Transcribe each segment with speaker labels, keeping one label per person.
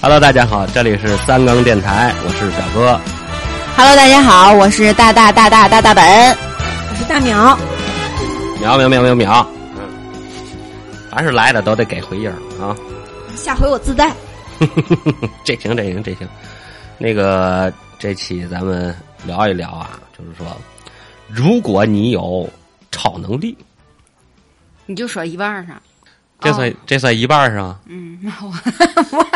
Speaker 1: Hello，大家好，这里是三更电台，我是表哥。
Speaker 2: Hello，大家好，我是大大大大大大本，我是大淼。
Speaker 1: 秒秒秒秒秒，嗯，凡是来的都得给回应啊。
Speaker 2: 下回我自带。
Speaker 1: 这行这行这行，那个这期咱们聊一聊啊，就是说，如果你有超能力，
Speaker 2: 你就说一半儿上，
Speaker 1: 这算、
Speaker 2: 哦
Speaker 1: 这算一半儿是吗？
Speaker 2: 嗯，那我我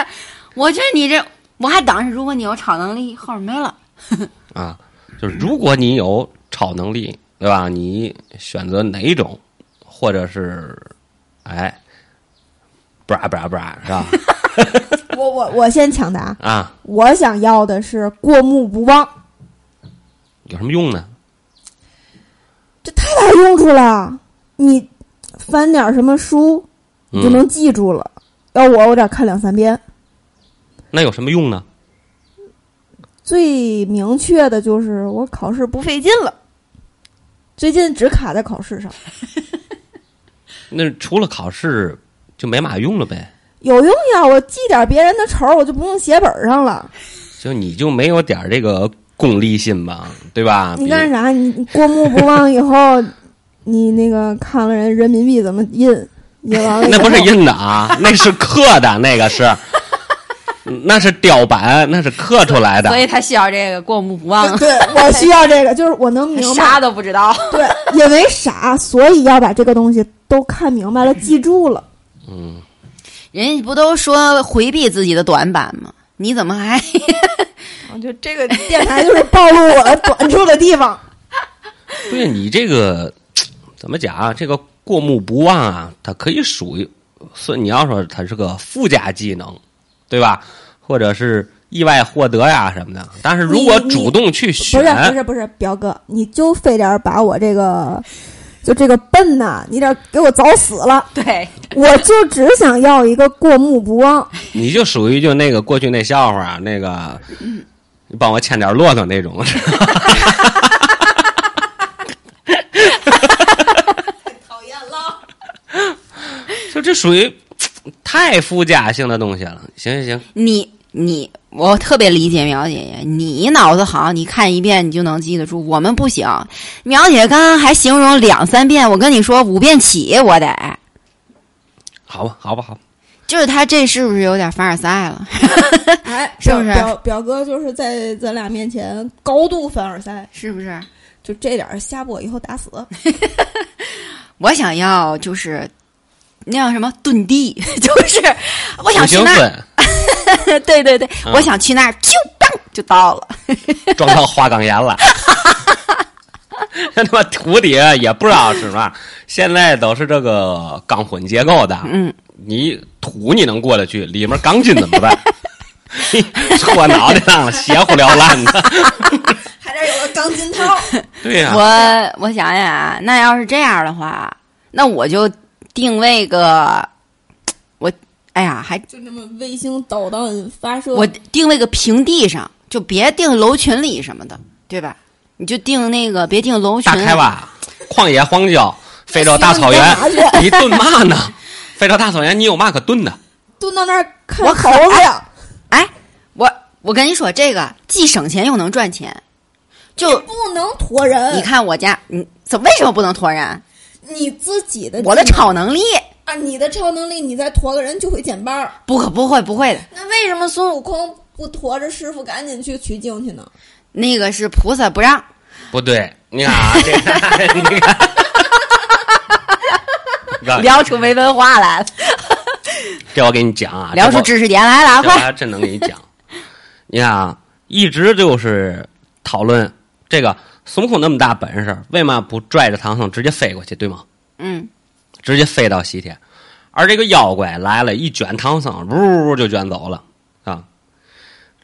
Speaker 2: 我觉得你这我还等着，如果你有超能力，后面没了。
Speaker 1: 啊，就是如果你有超能力，对吧？你选择哪一种，或者是哎，不啦不啦不啦，是 吧？
Speaker 3: 我我我先抢答，
Speaker 1: 啊，
Speaker 3: 我想要的是过目不忘，
Speaker 1: 有什么用呢？
Speaker 3: 这太大用处了。你翻点什么书，你就
Speaker 1: 嗯
Speaker 3: 能记住了。要我，我得看两三遍。
Speaker 1: 那有什么用呢？
Speaker 3: 最明确的就是我考试不费劲了，最近只卡在考试上，
Speaker 1: 那除了考试就没嘛用了呗。
Speaker 3: 有用呀。我记点别人的仇，我就不用写本上
Speaker 1: 啊
Speaker 3: 了。
Speaker 1: 就你就没有点儿这个功利心吧，对吧？
Speaker 3: 你
Speaker 1: 比
Speaker 3: 干啥？你你过目不忘以后，你那个看了人人民币怎么印，印完了以
Speaker 1: 那不是
Speaker 3: 后
Speaker 1: 印的啊，那是刻的，那个是，那是雕版，那是刻出来的
Speaker 2: 所。以他需要这个过目 不忘，
Speaker 3: 对我需要这个，就是我能 明白
Speaker 2: 啥都不知道。
Speaker 3: 对，因为傻，所以要把这个东西都看明白了，记住了。
Speaker 1: 嗯，
Speaker 2: 人家不都说回避自己的短板吗？你怎么还
Speaker 3: 我觉得啊这个电台就是暴露我短处的 地方。
Speaker 1: 对你这个怎么讲啊？这个过目不忘啊，它可以属于，所以你要说它是个附加技能，对吧？或者是意外获得呀什么的。但是如果
Speaker 3: 你你
Speaker 1: 主动去
Speaker 3: 不
Speaker 1: 选，
Speaker 3: 是
Speaker 2: 啊
Speaker 3: 不是不是，表哥，你就非得把我这个，就这个笨呐、你得给我早死了。
Speaker 2: 对？
Speaker 3: 我就只想要一个过目不忘。
Speaker 1: 你就属于就那个过去那笑话啊，那个你帮我牵点骆驼那 种。
Speaker 2: 讨厌了。
Speaker 1: 就这属于太附加性的东西了。行行行，
Speaker 2: 你你，我特别理解苗姐姐，你脑子好，你看一遍你就能记得住，我们不行。苗姐刚刚还形容两三遍，我跟你说五遍起，我得。
Speaker 1: 好吧，好吧，好吧。
Speaker 2: 就是他这是不是有点凡尔赛了？
Speaker 3: 哎，
Speaker 2: 是不是
Speaker 3: 表表哥就是在咱俩面前高度凡尔赛，
Speaker 2: 是不是？
Speaker 3: 就这点儿下播以后 打死。
Speaker 2: 我想要就是那叫什么遁地， 就是我想
Speaker 1: 五
Speaker 2: 去
Speaker 1: 行
Speaker 2: 那儿，
Speaker 1: 分
Speaker 2: 对对对，
Speaker 1: 嗯
Speaker 2: 我想去那儿，就当就到了。
Speaker 1: 撞到花岗岩 了，那他妈土底下也不知道是嘛，现在都是这个钢混结构的。
Speaker 2: 嗯，
Speaker 1: 你土你能过得去，里面钢筋怎么办？ 你戳脑袋上了，邪乎缭乱的。
Speaker 3: 还得有个钢筋套。
Speaker 1: 对呀、
Speaker 2: 我我想想啊，那要是这样的话，那我就定位个我，哎呀，还
Speaker 3: 就那么卫星导弹发射，
Speaker 2: 我定位个平地上，就别定楼群里什么的，对吧？你就定那个，别定楼群
Speaker 1: 大。开挖，旷野荒郊，非洲大草原，你炖嘛呢？非洲大草原，你有嘛可炖的？
Speaker 3: 蹲到那儿看
Speaker 2: 我可
Speaker 3: 猴子呀，
Speaker 2: 哎，我我跟你说，这个既省钱又能赚钱。就
Speaker 3: 不能驮人。
Speaker 2: 你，看我家，你怎么为什么不能驮人？啊
Speaker 3: 你自己的
Speaker 2: 我的
Speaker 3: 技能
Speaker 2: 超能力，
Speaker 3: 啊，你的超能力，你再驮个人就会减半儿。
Speaker 2: 不可不会不会的，
Speaker 3: 那为什么孙悟空不驮着师傅赶紧去取经去呢？
Speaker 2: 那个是菩萨不让。
Speaker 1: 不对，你看啊，这 个你看，这
Speaker 2: 聊出没文化来了，
Speaker 1: 这我给你讲啊，
Speaker 2: 聊出
Speaker 1: 这
Speaker 2: 知识点来了，
Speaker 1: 我这我
Speaker 2: 快！
Speaker 1: 还真能给你讲。你看啊，一直就是讨论这个孙悟空那么大本事，为嘛不拽着唐僧直接飞过去，对吗？
Speaker 2: 嗯，
Speaker 1: 直接飞到西天，而这个妖怪来了，一卷唐僧，呜呜就卷走了啊！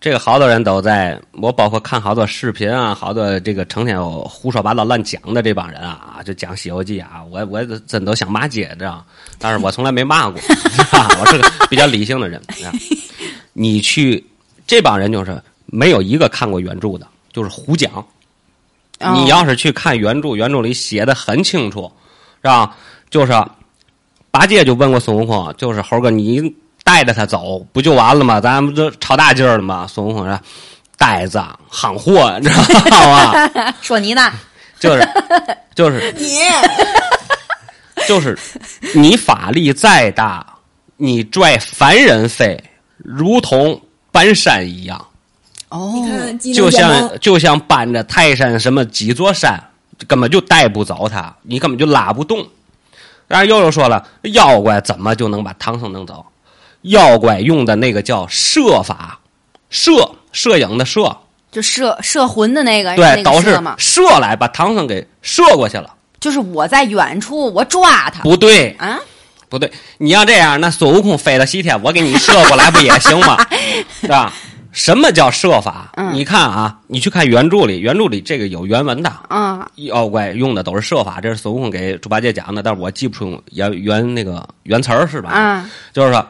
Speaker 1: 这个好多人都在，我包括看好多视频啊，好多这个成天有胡说八道乱讲的这帮人啊，就讲《西游记》啊，我我真都想骂街这样，但是我从来没骂过， 啊、我是个比较理性的人。啊、你去这帮人就是没有一个看过原著的，就是胡讲。
Speaker 2: 哦
Speaker 1: 你要是去看原著，原著里写的很清楚，是吧？就是八戒就问过孙悟空，就是猴哥，你带着他走，不就完了吗？咱们这吵大劲儿了吗？孙悟空说：“呆子，行货，你知道吗？
Speaker 2: 说你呢？
Speaker 1: 就是，就是，
Speaker 3: 你
Speaker 1: 就是，你法力再大，你拽凡人飞，如同搬山一样。”
Speaker 2: 哦
Speaker 3: 你，看，技能
Speaker 1: 就
Speaker 3: 点
Speaker 1: 像
Speaker 3: 吗
Speaker 1: 就像搬着泰山什么几座山，根本就带不走他，你根本就拉不动。然后又又说了，妖怪怎么就能把唐僧弄走？妖怪用的那个叫摄法，摄摄影的摄，
Speaker 2: 就摄摄魂的哎那个，是
Speaker 1: 对，
Speaker 2: 那个
Speaker 1: 导
Speaker 2: 摄
Speaker 1: 是
Speaker 2: 嘛，
Speaker 1: 射来把唐僧给射过去了。
Speaker 2: 就是我在远处我抓他
Speaker 1: 不对，
Speaker 2: 啊，
Speaker 1: 不对，你要这样，那孙悟空飞到西天，我给你射过来不也行吗？ 是吧？什么叫射法？
Speaker 2: 嗯
Speaker 1: 你看啊，你去看原著里，原著里这个有原文的。
Speaker 2: 啊，
Speaker 1: 妖怪用的都是设法，这是孙悟空给猪八戒讲的，但是我记不出原原那个原词儿是吧？
Speaker 2: 啊，
Speaker 1: 就是说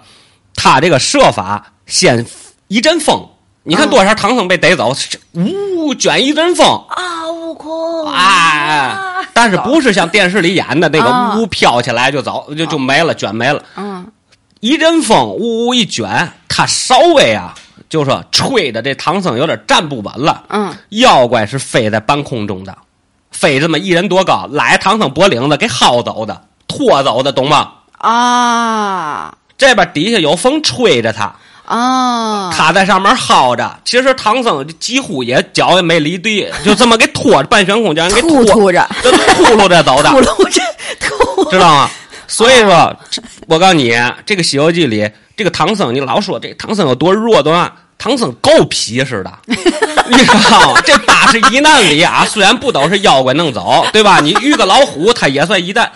Speaker 1: 他这个设法先一阵风，你看多少唐僧被逮走，呜卷一阵风，
Speaker 2: 啊，悟空
Speaker 1: 哎，但是不是像电视里演的那
Speaker 2: 啊
Speaker 1: 个呜飘起来就走就就没了，卷没了，
Speaker 2: 嗯，
Speaker 1: 一阵风呜呜一卷，他稍微啊，就说吹的这唐僧有点站不稳了，
Speaker 2: 嗯，
Speaker 1: 妖怪是飞在半空中的，飞这么一人多高，来唐僧脖领子给薅走的、拖走的，懂吗？
Speaker 2: 啊
Speaker 1: 这边底下有风吹着他，
Speaker 2: 啊，
Speaker 1: 他在上面薅着。其实唐僧几乎也脚也没离地，就这么给拖着半悬空，叫人给拖
Speaker 2: 吐，吐着，
Speaker 1: 就秃噜着走的
Speaker 2: 吐，露着，吐
Speaker 1: 知道吗？所以说，我告诉你，这个《西游记》里，这个唐僧，你老说这唐僧有多弱多嘛？唐僧够皮实 的，你知道吗？这八十一难里啊，虽然不都是妖怪弄走，对吧？你遇个老虎，它也算一难，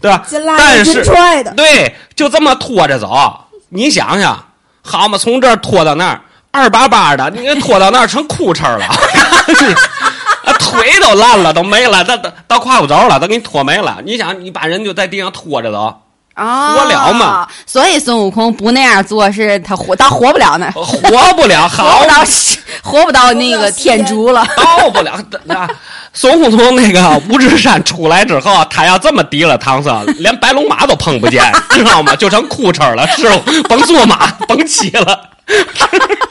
Speaker 1: 对吧？
Speaker 3: 金拉
Speaker 1: 但
Speaker 3: 的金
Speaker 1: 是
Speaker 3: 踹 的，
Speaker 1: 对，就这么拖着走，你想想，好嘛，从这儿拖到那儿，二八八的，你给拖到那儿成裤衩儿了， 啊，腿都烂了，都没了，到到到胯骨轴了，都给你拖没了。你想，你把人就在地上拖着走，
Speaker 2: 啊，
Speaker 1: 活了嘛。
Speaker 2: 所以孙悟空不那样做，是他活，他活不了
Speaker 1: 哦
Speaker 2: 那儿，
Speaker 1: 活不了，
Speaker 2: 活
Speaker 1: 好
Speaker 2: 不到， 活不到那个天竺了。
Speaker 1: 到不了。啊孙悟空从那个五指山出来之后，他要这么提了唐僧，连白龙马都碰不见， 知道吗？就成裤衩儿了，是甭坐马，甭骑了，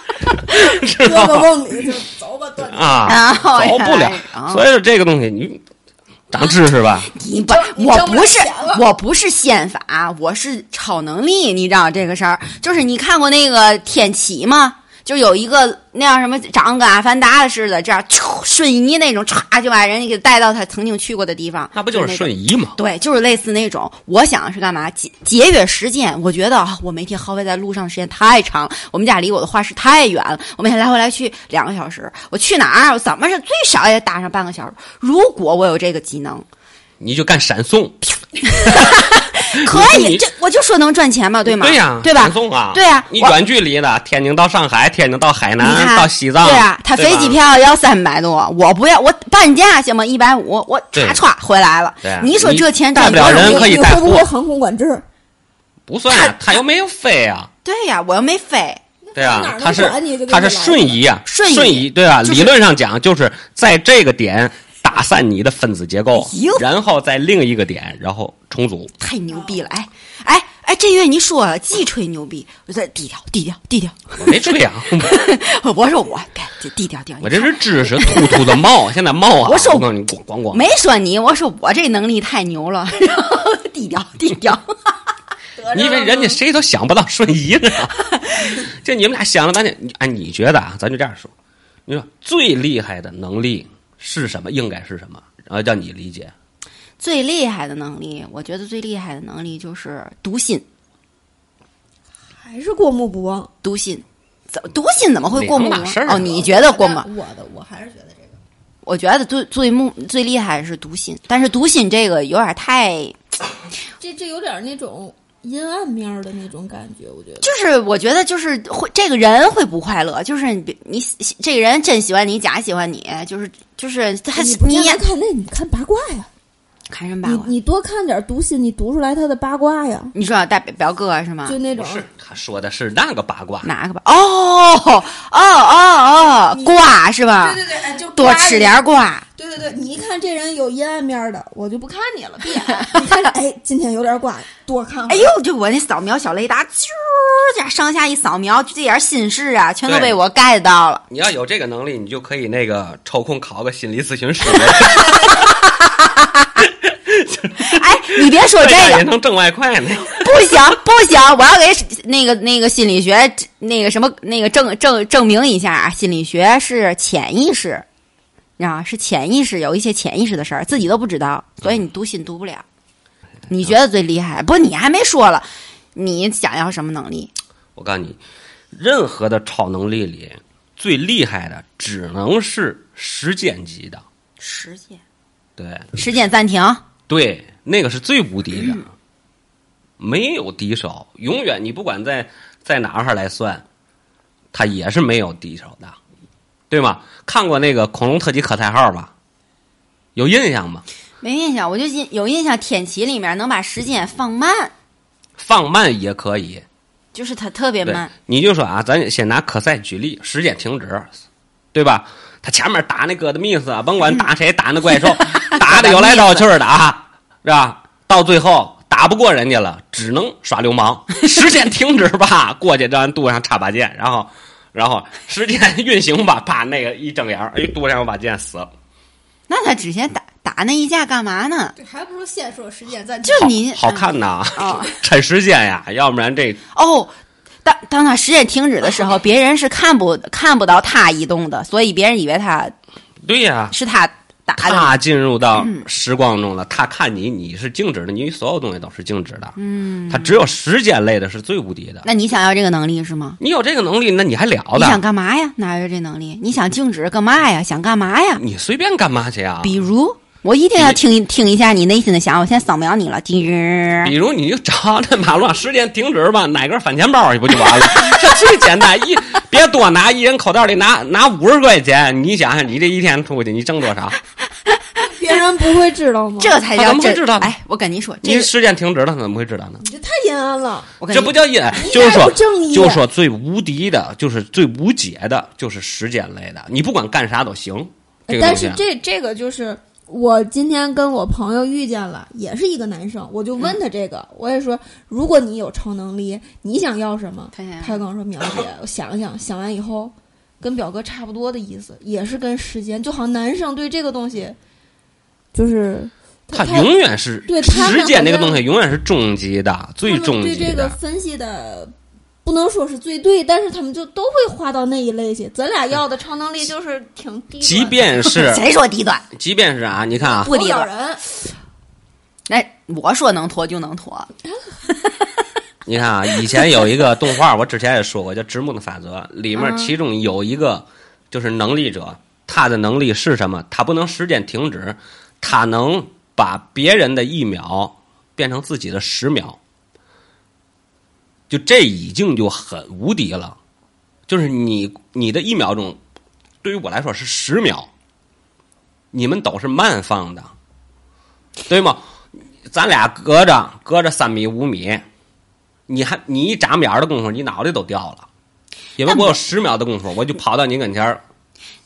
Speaker 1: 知
Speaker 3: 胳
Speaker 1: 道
Speaker 3: 膊
Speaker 1: 吗？
Speaker 3: 梦里就走吧，断
Speaker 1: 啊，
Speaker 2: 啊
Speaker 1: 走不了。所以说这个东西你长知识 吧，
Speaker 2: 你不，
Speaker 3: 你
Speaker 2: 我
Speaker 3: 挣不
Speaker 2: 不
Speaker 3: 着
Speaker 2: 是
Speaker 3: 钱了，
Speaker 2: 我不是宪法，我是超能力，你知道这个事儿？就是你看过那个天启吗？就有一个那样什么长得跟阿凡达似的，这样啾瞬移那种，歘就把人家给带到他曾经去过的地方。
Speaker 1: 那不就是
Speaker 2: 那
Speaker 1: 瞬移吗？
Speaker 2: 对，就是类似那种。我想的是干嘛？节节约时间。我觉得啊，我每天耗费在路上的时间太长了，我们家离我的画室太远了，我每天来回来去两个小时。我去哪儿？我怎么是最少也得搭上半个小时？如果我有这个技能，
Speaker 1: 你就干闪送，
Speaker 2: 可
Speaker 1: 你
Speaker 2: 以，
Speaker 1: 你
Speaker 2: 这我就说能赚钱嘛，对吗？
Speaker 1: 对
Speaker 2: 对
Speaker 1: 呀、
Speaker 2: 吧
Speaker 1: 闪？送啊，
Speaker 2: 对呀
Speaker 1: 你
Speaker 2: 我
Speaker 1: 远距离的，天津到上海，天津到海
Speaker 2: 你
Speaker 1: 南，
Speaker 2: 看
Speaker 1: 到西藏，
Speaker 2: 对啊，他
Speaker 1: 对吧
Speaker 2: 飞机票要三百多，我不要，我半价行吗？一百五，我
Speaker 1: 对
Speaker 2: 唰唰回来了
Speaker 1: 对啊。
Speaker 2: 你说
Speaker 1: 你
Speaker 2: 这钱
Speaker 1: 大
Speaker 2: 赚
Speaker 1: 不了
Speaker 2: 多少
Speaker 1: 人
Speaker 2: 亿
Speaker 1: 可以
Speaker 3: 你
Speaker 1: 带
Speaker 3: 会不会
Speaker 1: 货
Speaker 3: 航空管制？
Speaker 1: 不算啊，他又没有飞啊。
Speaker 2: 对呀、我又没飞，
Speaker 1: 对
Speaker 3: 哪
Speaker 1: 啊
Speaker 3: 儿，能
Speaker 1: 它是
Speaker 3: 管你就给
Speaker 1: 它
Speaker 3: 你
Speaker 1: 是
Speaker 3: 来
Speaker 1: 瞬移啊，
Speaker 2: 瞬移
Speaker 1: 对啊，
Speaker 2: 就是
Speaker 1: 理论上讲就是在这个点打散你的分子结构
Speaker 2: 哟，
Speaker 1: 然后在另一个点然后重组。
Speaker 2: 太牛逼了！哎哎哎，这月你说了，既吹牛逼，我这低调低调低调。
Speaker 1: 我没吹啊，
Speaker 2: 我说我该这低调低调，
Speaker 1: 我这是知识突突的冒，现在冒啊，
Speaker 2: 我说
Speaker 1: 我告诉你咣咣咣，
Speaker 2: 没说你，我说我这能力太牛了， 然后低调 低调。
Speaker 3: 呃
Speaker 1: 你以为人家谁都想不到瞬移呢？ 就你们俩想了半天，你哎，你觉得啊？咱就这样说，你说最厉害的能力是什么？应该是什么？然后叫你理解，
Speaker 2: 最厉害的能力，我觉得最厉害的能力就是读心，
Speaker 3: 啊还是过目不忘？
Speaker 2: 读心。怎读心怎么会过目
Speaker 1: 两
Speaker 2: 呢
Speaker 1: 码事儿？啊
Speaker 2: 哦，你觉得过目？
Speaker 3: 我的我还是觉得这个
Speaker 2: 我觉得最最目最厉害的是读心，但是读心这个有点太
Speaker 3: 这这有点那种阴暗面儿的那种感觉，我觉得。
Speaker 2: 就是我觉得就是会这个人会不快乐，就是你你喜这个人真喜欢你，假喜欢你，就是就是他
Speaker 3: 你不
Speaker 2: 你
Speaker 3: 见
Speaker 2: 也
Speaker 3: 得看那，你看八卦呀，
Speaker 2: 看什么八
Speaker 3: 你
Speaker 2: 卦？
Speaker 3: 你多看点读心，你读出来他的八卦呀，
Speaker 2: 你说大表表哥是吗
Speaker 3: 就？那
Speaker 1: 不
Speaker 3: 种
Speaker 1: 是他说的是那个八卦，
Speaker 2: 哪个吧？哦哦哦哦，瓜是吧？
Speaker 1: 啊
Speaker 3: 对，哎，就
Speaker 2: 多吃点瓜，
Speaker 3: 对对对，你一看这人有阴暗面的，我就不看你 了，
Speaker 2: 别
Speaker 3: 闭眼。你看着，哎，今天有点怪，多看会
Speaker 2: 哎
Speaker 3: 儿。
Speaker 2: 呦，这我那扫描小雷达，啾儿这样上下一扫描，就这点心事啊，全都被我 get 到了。
Speaker 1: 你要有这个能力，你就可以那个抽空考个心理咨询师，
Speaker 2: 哎，你别说这
Speaker 1: 样 也
Speaker 2: 个，
Speaker 1: 能挣外快呢。
Speaker 2: 不行不行，我要给那个那个心理学那个什么那个证证证明一下啊，心理学是潜意识，你知道吗是潜意识有一些潜意识的事儿，自己都不知道，所以你读心读不了。你觉得最厉害？不，你还没说了，你想要什么能力？
Speaker 1: 我告诉你，任何的超能力里，最厉害的只能是实践级的。
Speaker 2: 时间，
Speaker 1: 对
Speaker 2: 时间暂停。
Speaker 1: 对，那个是最无敌的，没有敌手，永远你不管在在哪儿来算，他也是没有敌手的，对吗？看过那个《恐龙特级可赛号》吧？有印象吗？
Speaker 2: 没印象，我就印有印象，天启里面能把时间放慢，
Speaker 1: 放慢也可以，
Speaker 2: 就是它特别
Speaker 1: 对
Speaker 2: 慢。，
Speaker 1: 你就说啊，咱先拿科赛举例，时间停止，对吧？他前面打那哥的密斯啊，甭管打谁，打那怪兽， 打的有来有去的啊，是吧？到最后打不过人家了，只能耍流氓。时间停止吧，过去让人肚上插把剑，然后，然后时间 运行吧，啪，那个一睁眼儿，哎，肚上有把剑死了。
Speaker 2: 那他之前打打那一架干嘛呢？
Speaker 3: 对，还不如先说时间暂停
Speaker 2: 就。你
Speaker 1: 好好看呐，
Speaker 2: 哦
Speaker 1: 趁时间呀，要不然这
Speaker 2: 哦。当当他时间停止的时候，别人是看不看不到他移动的，所以别人以为他
Speaker 1: 对呀、
Speaker 2: 是他打的。
Speaker 1: 他进入到
Speaker 2: 嗯
Speaker 1: 时光中了，他看你，你是静止的，你所有东西都是静止的。嗯，他只有时间类的是最无敌的。
Speaker 2: 那你想要这个能力是吗？
Speaker 1: 你有这个能力，那你还了
Speaker 2: 你想
Speaker 1: 得？
Speaker 2: 干嘛呀？哪有这能力？你想静止干嘛呀？想干嘛呀？
Speaker 1: 你随便干嘛去啊？
Speaker 2: 比如，我一定要
Speaker 1: 你
Speaker 2: 听一听一下你内心的想法。我现在扫描你了，叮
Speaker 1: 比如你就找那马路上时间停止吧， 哪个翻钱包去不就完了？ 这最简单，一别多拿，一人口袋里拿拿五十块钱，你想想你这一天出去你挣多少？
Speaker 3: 别人不会知道吗？
Speaker 2: 这才
Speaker 1: 他
Speaker 2: 叫
Speaker 1: 怎么会
Speaker 2: 真。
Speaker 1: 知道呢
Speaker 2: 哎，我跟你说，这
Speaker 1: 你
Speaker 2: 个
Speaker 1: 时间停止了，他怎么会知道呢？
Speaker 3: 你这太阴暗了。
Speaker 2: 我跟你
Speaker 1: 这不叫阴，
Speaker 3: 你
Speaker 1: 就是
Speaker 3: 还
Speaker 1: 说
Speaker 3: 不正义
Speaker 1: 就是说最无敌的，就是最无解的，就是时间类
Speaker 3: 嗯
Speaker 1: 的，你不管干啥都行。这个
Speaker 3: 哎但
Speaker 1: 东西啊
Speaker 3: 是这这个就是我今天跟我朋友遇见了，也是一个男生，我就问
Speaker 1: 嗯
Speaker 3: 他这个，我也说，如果你有超能力，你想要什么？
Speaker 2: 他想要
Speaker 3: 他跟我说，苗姐，我想想，想完以后，跟表哥差不多的意思，也是跟时间，就好像男生对这个东西，就是
Speaker 1: 它永远是
Speaker 3: 对他们
Speaker 1: 时间那个
Speaker 3: 好像
Speaker 1: 东西，永远是终极的，最
Speaker 3: 他们
Speaker 1: 终
Speaker 3: 对
Speaker 1: 极
Speaker 3: 这个
Speaker 1: 的。
Speaker 3: 分析的。不能说是最对，但是他们就都会划到那一类去。咱俩要的超能力就是挺低端的，
Speaker 1: 即便是
Speaker 2: 谁说低端？
Speaker 1: 即便是啊，你看啊，
Speaker 2: 不
Speaker 3: 头
Speaker 2: 低
Speaker 3: 脑
Speaker 2: 端。
Speaker 3: 人，
Speaker 2: 那我说能拖就能拖，
Speaker 1: 你看啊，以前有一个动画，我之前也说过，叫《直木的法则》，里
Speaker 3: 嗯
Speaker 1: 面其中有一个就是能力者，他的能力是什么？他不能时间停止，他能把别人的一秒变成自己的十秒，就这已经就很无敌了。就是你你的一秒钟，对于我来说是十秒，你们都是慢放的，对吗？咱俩隔着隔着三米五米，你还你一眨眼儿的功夫，你脑袋都掉了，因为我有十秒的功夫，我就跑到你跟前儿。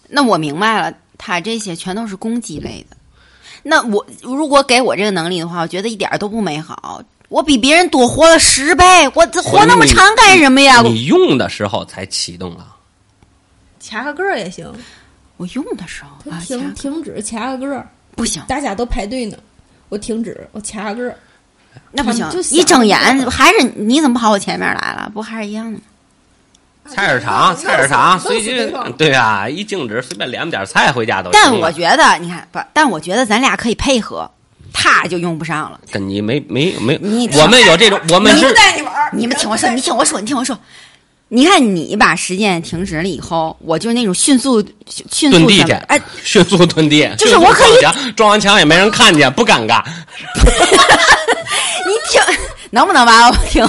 Speaker 2: 那我明白了，他这些全都是攻击类的。那我如果给我这个能力的话，我觉得一点儿都不美好。我比别人多活了十倍，我这活那么长干什么呀？我
Speaker 1: 嗯你用的时候才启动了，
Speaker 3: 掐个个儿也行，
Speaker 2: 我用的时候啊，
Speaker 3: 停
Speaker 2: 掐
Speaker 3: 停止掐个个儿。
Speaker 2: 不行，
Speaker 3: 大家都排队呢，我停止，我掐个儿。
Speaker 2: 那不行
Speaker 3: 他们就，想
Speaker 2: 一睁眼还是你怎么跑我前面来了？不还是一样的吗？
Speaker 1: 菜市
Speaker 3: 啊
Speaker 1: 场菜市场随机
Speaker 3: 便
Speaker 1: 对啊，一静止随便两点菜回家都行了。啊
Speaker 2: 但我觉得，你看不，但我觉得咱俩可以配合，他就用不上了。
Speaker 1: 跟你没没没
Speaker 2: 你，
Speaker 1: 我们有这种，我们是
Speaker 3: 带你玩儿
Speaker 2: 你们听我说，你听我说，你听我说。你看，你把时间停止了以后，我就是那种迅速、迅迅
Speaker 1: 遁
Speaker 2: 速
Speaker 1: 地
Speaker 2: 什
Speaker 1: 去
Speaker 2: 么，哎，，
Speaker 1: 迅速遁地，
Speaker 2: 就是
Speaker 1: 迅速
Speaker 2: 我可以
Speaker 1: 撞墙，撞完墙也没人看见，不尴尬。
Speaker 2: 你听， 能不能把我听，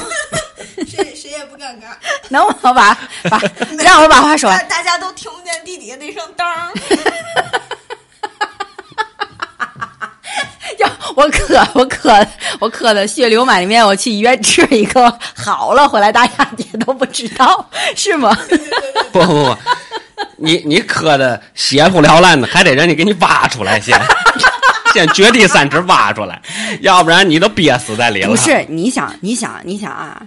Speaker 4: 谁谁也不敢干，
Speaker 2: 能不能把把让我把话说
Speaker 4: 大
Speaker 2: 完？
Speaker 4: 大家都听不见地底下那声当儿。
Speaker 2: 要我渴，我渴，我渴的血流满面，我去医院吃一个好了，回来大家也都不知道，是吗？
Speaker 1: 不不不，你你磕的血不缭烂的，还得让你给你挖出来先。 先掘地三尺挖出来，要不然你都憋死在里了。
Speaker 2: 不是，你想，你想，你想啊，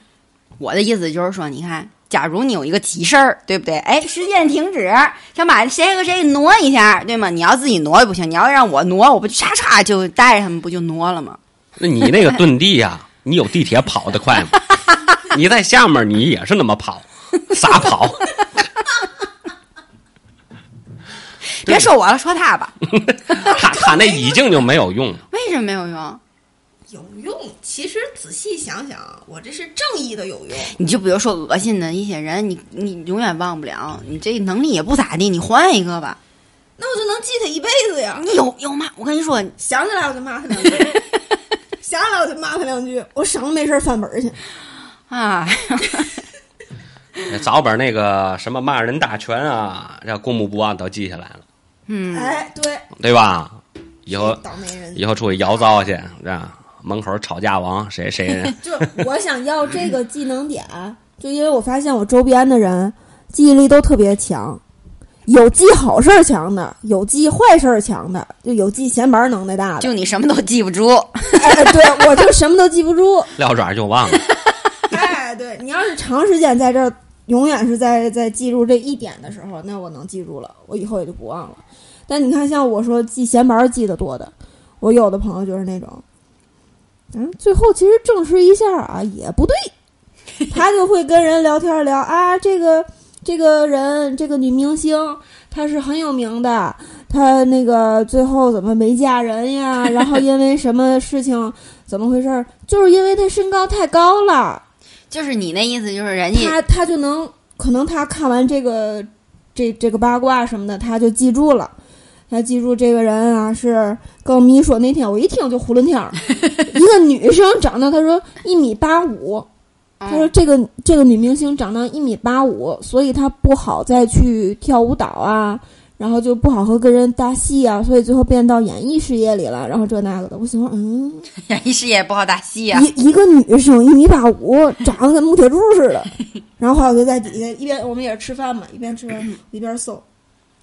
Speaker 2: 我的意思就是说，你看，假如你有一个急事儿，对不对？哎，时间停止，想把谁和谁挪一下，对吗？你要自己挪也不行，你要让我挪，我不叉叉就带着他们不就挪了吗？
Speaker 1: 那你那个遁地呀、你有地铁跑得快吗？你在下面你也是那么跑，撒跑。
Speaker 2: 别说我了，说他吧，
Speaker 1: 他他那已经就没有用了。
Speaker 2: 为什么没有用？
Speaker 4: 有用。其实仔细想想，我这是正义的有用。
Speaker 2: 你就比如说恶心的一些人，你你永远忘不了，你这能力也不咋地，你换一个吧。
Speaker 4: 那我就能记他一辈子呀！
Speaker 2: 你有有嘛？我跟你说，
Speaker 4: 想起来我就骂他两句，想起来我就骂他两句。我省得没事儿翻本儿去。
Speaker 2: 啊，
Speaker 1: 早把那个什么骂人大全啊，这公布不忘都记下来了，
Speaker 2: 嗯，
Speaker 4: 哎，对，
Speaker 1: 对吧？以后
Speaker 4: 倒霉人
Speaker 1: 以后出去摇糟去，是吧？门口吵架王，谁 谁
Speaker 3: 就我想要这个技能点，就因为我发现我周边的人记忆力都特别强，有记好事儿强的，有记坏事儿强的，就有记闲玩儿能耐 大的。
Speaker 2: 就你什么都记不住，
Speaker 3: 哎，对我就什么都记不住。
Speaker 1: 撂爪就忘了。
Speaker 3: 哎，对你要是长时间在这儿，永远是在在记住这一点的时候，那我能记住了，我以后也就不忘了。但你看，像我说记闲玩儿记得多的，我有的朋友就是那种，嗯，最后其实证实一下啊，也不对，他就会跟人聊天儿聊啊，这个这个人，这个女明星，她是很有名的。她那个最后怎么没嫁人呀？然后因为什么事情，怎么回事儿？就是因为她身高太高了，
Speaker 2: 就是你那意思，就是人家
Speaker 3: 他他就能可能他看完这个这这个八卦什么的，他就记住了。他记住这个人啊，是跟我们一说那天，我一听就囫囵天儿，一个女生长到他说一米八五，
Speaker 2: 嗯
Speaker 3: 他说这个这个女明星长到一米八五，所以她不好再去跳舞蹈啊，然后就不好和跟人搭戏啊，所以最后变到演艺事业里了，然后这那个的，我心说嗯，
Speaker 2: 演艺事业不好打戏啊呀、
Speaker 3: 一一个女生一米八五，长得跟木铁柱似的。然后后来我就在底下一边我们也是吃饭嘛，一边吃饭一边搜，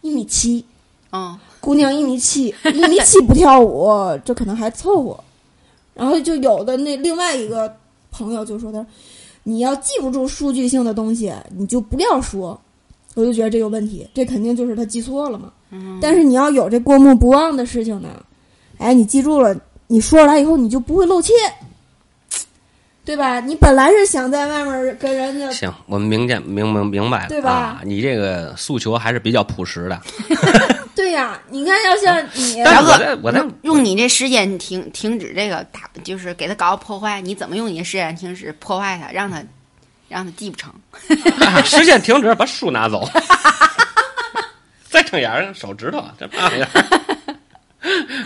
Speaker 3: 一米七，
Speaker 2: 嗯，
Speaker 3: 姑娘一米 七，一米七不跳舞，这可能还凑合。然后就有的那另外一个朋友就说他，你要记不住数据性的东西，你就不要说。我就觉得这有问题，这肯定就是他记错了嘛。
Speaker 4: 嗯
Speaker 3: 但是你要有这过目不忘的事情呢，哎，你记住了，你说出来以后你就不会露怯，对吧？你本来是想在外面跟人家
Speaker 1: 行，我们明见明明明白了，
Speaker 3: 对吧
Speaker 1: 啊？你这个诉求还是比较朴实的。
Speaker 3: 对呀、你看要像你，
Speaker 1: 但是
Speaker 2: 然后
Speaker 1: 我在我在
Speaker 2: 用你这时间停停止这个打，就是给他搞个破坏，你怎么用你的时间停止破坏他，让他让他记不成？
Speaker 1: 时间停止，把书拿走。 再睁眼儿，手指头啊这嘛玩意儿，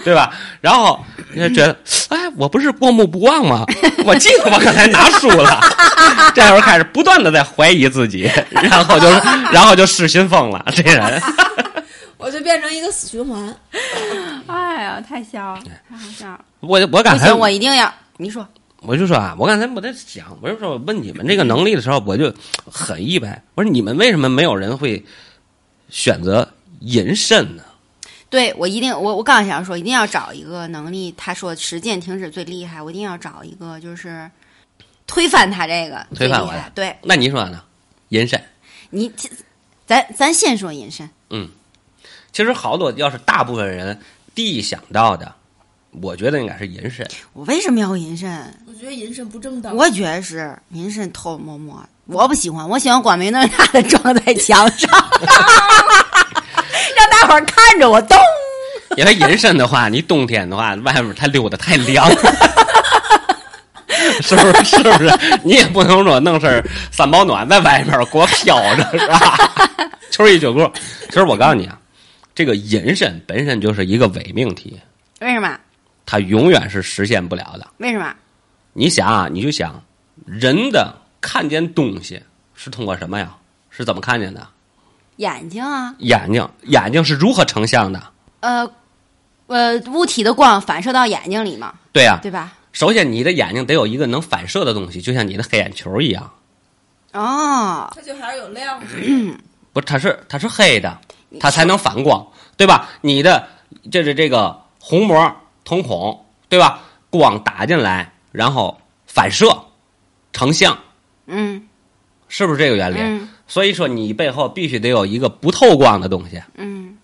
Speaker 1: 对吧？然后你就觉得，哎，我不是过目不忘吗？我记得我刚才拿书了。 这时候开始不断的在怀疑自己，然后就然后就失心疯了。这人，
Speaker 3: 我就变成一个死循环。
Speaker 2: 哎呀，太笑了，太好笑了！
Speaker 1: 我我
Speaker 2: 不
Speaker 1: 刚才
Speaker 2: 行，我一定要你说，
Speaker 1: 我就说啊，我刚才我在想，我就说问你们这个能力的时候，我就很意外，我说你们为什么没有人会选择隐身呢？
Speaker 2: 对我一定，我我刚想说，一定要找一个能力。他说实践停止最厉害，我一定要找一个就是推翻他这个
Speaker 1: 推翻我
Speaker 2: 最厉害
Speaker 1: 的
Speaker 2: 对
Speaker 1: 那你说呢？隐身。
Speaker 2: 你，咱咱先说隐身，
Speaker 1: 其实好多要是大部分人第一想到的，我觉得应该是隐身。
Speaker 2: 我为什么要隐身？
Speaker 4: 我觉得人身不正当。
Speaker 2: 我觉得是您是偷偷摸摸，我不喜欢，我喜欢光明正大的撞在墙上， 让大伙儿看着我动。
Speaker 1: 因为隐身的话，你冬天的话，外面它溜的太凉， 是不是？是不是？你也不能说弄身三保暖在外面给我飘着，是吧？就是一酒锅。其实我告诉你啊，这个隐身本身就是一个伪命题，
Speaker 2: 为什么？
Speaker 1: 它永远是实现不了的。
Speaker 2: 为什么？
Speaker 1: 你想啊，你就想，人的看见东西是通过什么呀？是怎么看见的？
Speaker 2: 眼睛啊，
Speaker 1: 眼睛，眼睛是如何成像的？
Speaker 2: 呃，呃，物体的光反射到眼睛里嘛，
Speaker 1: 对呀、
Speaker 2: 对吧？
Speaker 1: 首先你的眼睛得有一个能反射的东西，就像你的黑眼球一样，
Speaker 2: 哦，
Speaker 4: 他就还是有亮，
Speaker 1: 不，它是它是黑的，它才能反光，对吧？你的这是这个虹膜瞳孔，对吧？光打进来，然后反射成像，
Speaker 2: 嗯
Speaker 1: 是不是这个原理？
Speaker 2: 嗯
Speaker 1: 所以说你背后必须得有一个不透光的东西，
Speaker 2: 嗯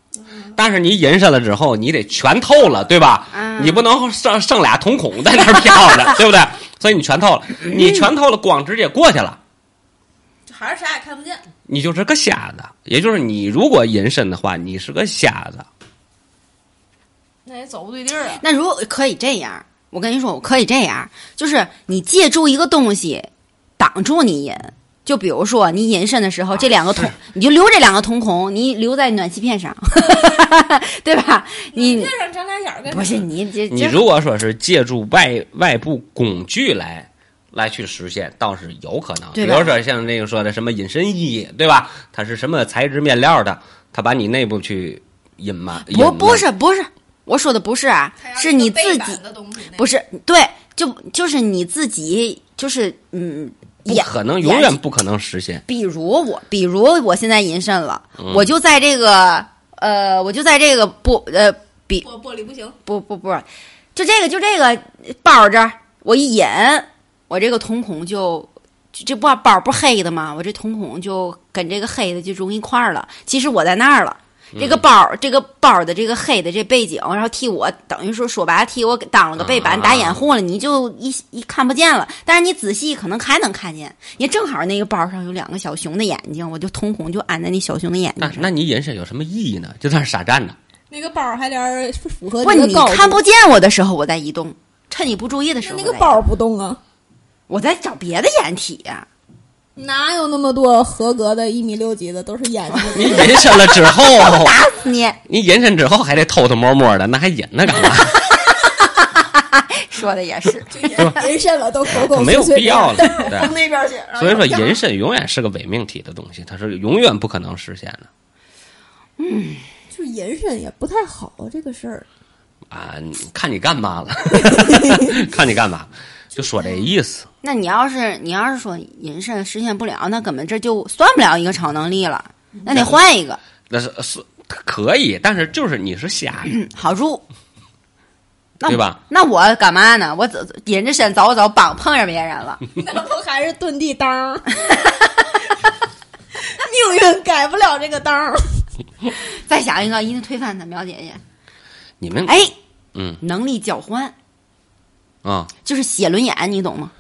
Speaker 1: 但是你引申了之后，你得全透了，对吧？
Speaker 2: 啊
Speaker 1: 你不能剩剩俩瞳孔在那儿飘着，对不对？所以你全透 了，你全透了，光直接过去了，
Speaker 4: 还是啥也看不见。
Speaker 1: 你就是个瞎子。也就是你如果隐身的话，你是个瞎子。
Speaker 4: 那也走不对地儿啊。
Speaker 2: 那如果可以这样，我跟你说，我可以这样，就是你借助一个东西挡住你引，就比如说你隐身的时
Speaker 1: 啊
Speaker 2: 候，这两个瞳，你就留这两个瞳孔，你留在暖气片上， 对吧？你
Speaker 4: 上长俩眼儿干啥
Speaker 2: 不是你这
Speaker 1: 你如果说是借助外外部工具来来去实现，倒是有可能。比
Speaker 2: 对吧
Speaker 1: 如说像那个说的什么隐身衣，对吧？它是什么材质面料的？它把你内部去隐瞒。隐
Speaker 2: 不
Speaker 1: 瞒
Speaker 2: 不是不是，我说的不是啊，是你自己不
Speaker 4: 是
Speaker 2: 是对，就就是你自己就是嗯。
Speaker 1: 不
Speaker 2: 演
Speaker 1: 可能，
Speaker 2: 演
Speaker 1: 永远不可能实现。
Speaker 2: 比如我，比如我现在隐身了，我就在这个呃，我就在这个不呃，比
Speaker 4: 玻玻璃不行，
Speaker 2: 不不不，就这个就这个包这儿，我一引，我这个瞳孔就就这不包不黑的吗？我这瞳孔就跟这个黑的就融一块儿了。其实我在那儿了。
Speaker 1: 嗯
Speaker 2: 这个包，这个包的这个黑的这背景，然后替我等于说说白了替我当了个背板
Speaker 1: 啊
Speaker 2: 打掩护了，你就一一看不见了。但是你仔细可能还能看见，你正好那个包上有两个小熊的眼睛，我就瞳孔就安在你小熊的眼睛
Speaker 1: 那
Speaker 2: 上。
Speaker 1: 那你隐身有什么意义呢？就在那儿傻 站着。
Speaker 4: 那个包还得符合
Speaker 3: 呃
Speaker 2: 不，
Speaker 4: 你
Speaker 2: 你
Speaker 4: 的高度。
Speaker 2: 看不见我的时候，我在移动；趁你不注意的时
Speaker 3: 那
Speaker 2: 候，
Speaker 3: 那个包不动啊，
Speaker 2: 我在找别的掩体啊呀、
Speaker 3: 哪有那么多合格的一米六几的都是眼睛？
Speaker 1: 你隐身了之后，
Speaker 2: 打死啊你！
Speaker 1: 你隐身之后还得偷偷摸摸的，那还隐那干嘛？
Speaker 2: 说的也是，
Speaker 3: 人身了都狗狗
Speaker 1: 没有必要了。对，
Speaker 4: 从那边去。然后
Speaker 1: 所以说
Speaker 4: 就
Speaker 1: 隐身永远是个伪命题的东西，它是永远不可能实现的
Speaker 3: 就是隐身也不太好这个事儿。
Speaker 1: 啊！你看你干 嘛了，看你干嘛，就说这意思。
Speaker 2: 那你要是你要是说隐身实现不了，那根本这就算不了一个超能力了，那得换一个。
Speaker 1: 那是是可以，但是就是你是瞎的，
Speaker 2: 嗯，好入，那
Speaker 1: 对吧？
Speaker 2: 那我干嘛呢？我怎隐着身早早帮碰上别人 了，
Speaker 3: 那不还是遁地当儿？命运改不了这个当儿。
Speaker 2: 再想一个，一定推翻他，苗姐姐。
Speaker 1: 你们
Speaker 2: 哎，
Speaker 1: 嗯
Speaker 2: 能力交换
Speaker 1: 啊，
Speaker 2: 就是写轮眼，你懂吗？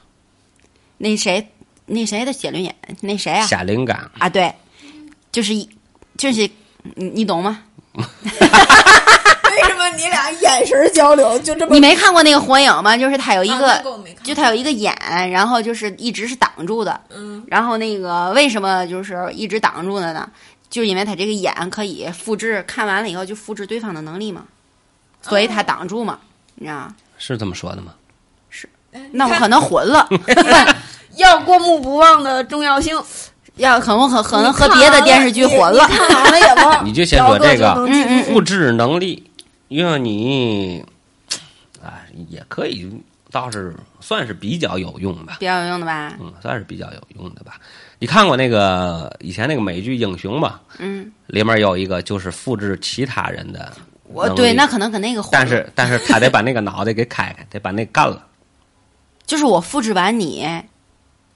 Speaker 2: 那谁，那谁的写轮眼？那谁啊？
Speaker 1: 瞎灵感，
Speaker 2: 啊，对，就是一，就是你你懂吗？
Speaker 3: 为什么你俩眼神交流就这么
Speaker 2: 你没看过那个火影吗？就是他有一个，
Speaker 4: 啊那个我没看
Speaker 2: 就他有一个眼，然后就是一直是挡住的。
Speaker 4: 嗯，
Speaker 2: 然后那个为什么就是一直挡住的呢？就是因为他这个眼可以复制，看完了以后就复制对方的能力嘛，所以他挡住嘛，你知道吗？
Speaker 1: 是这么说的吗？
Speaker 4: 嗯
Speaker 2: 那我可能混了，
Speaker 4: 要过目不忘的重要性。
Speaker 2: 要可能可可能和别的电视剧混了。
Speaker 3: 看完了也忘。
Speaker 1: 你就先说这个
Speaker 3: 嗯
Speaker 2: 嗯嗯
Speaker 1: 复制能力，让你啊也可以，倒是算是比较有用吧。
Speaker 2: 比较有用的吧，
Speaker 1: 嗯，算是比较有用的吧。你看过那个以前那个美剧《英雄》吧？
Speaker 2: 嗯，
Speaker 1: 里面有一个就是复制其他人的能力，
Speaker 2: 我对那可能跟那个混了，
Speaker 1: 但是但是他得把那个脑袋给开开，得把那干了。
Speaker 2: 就是我复制完你，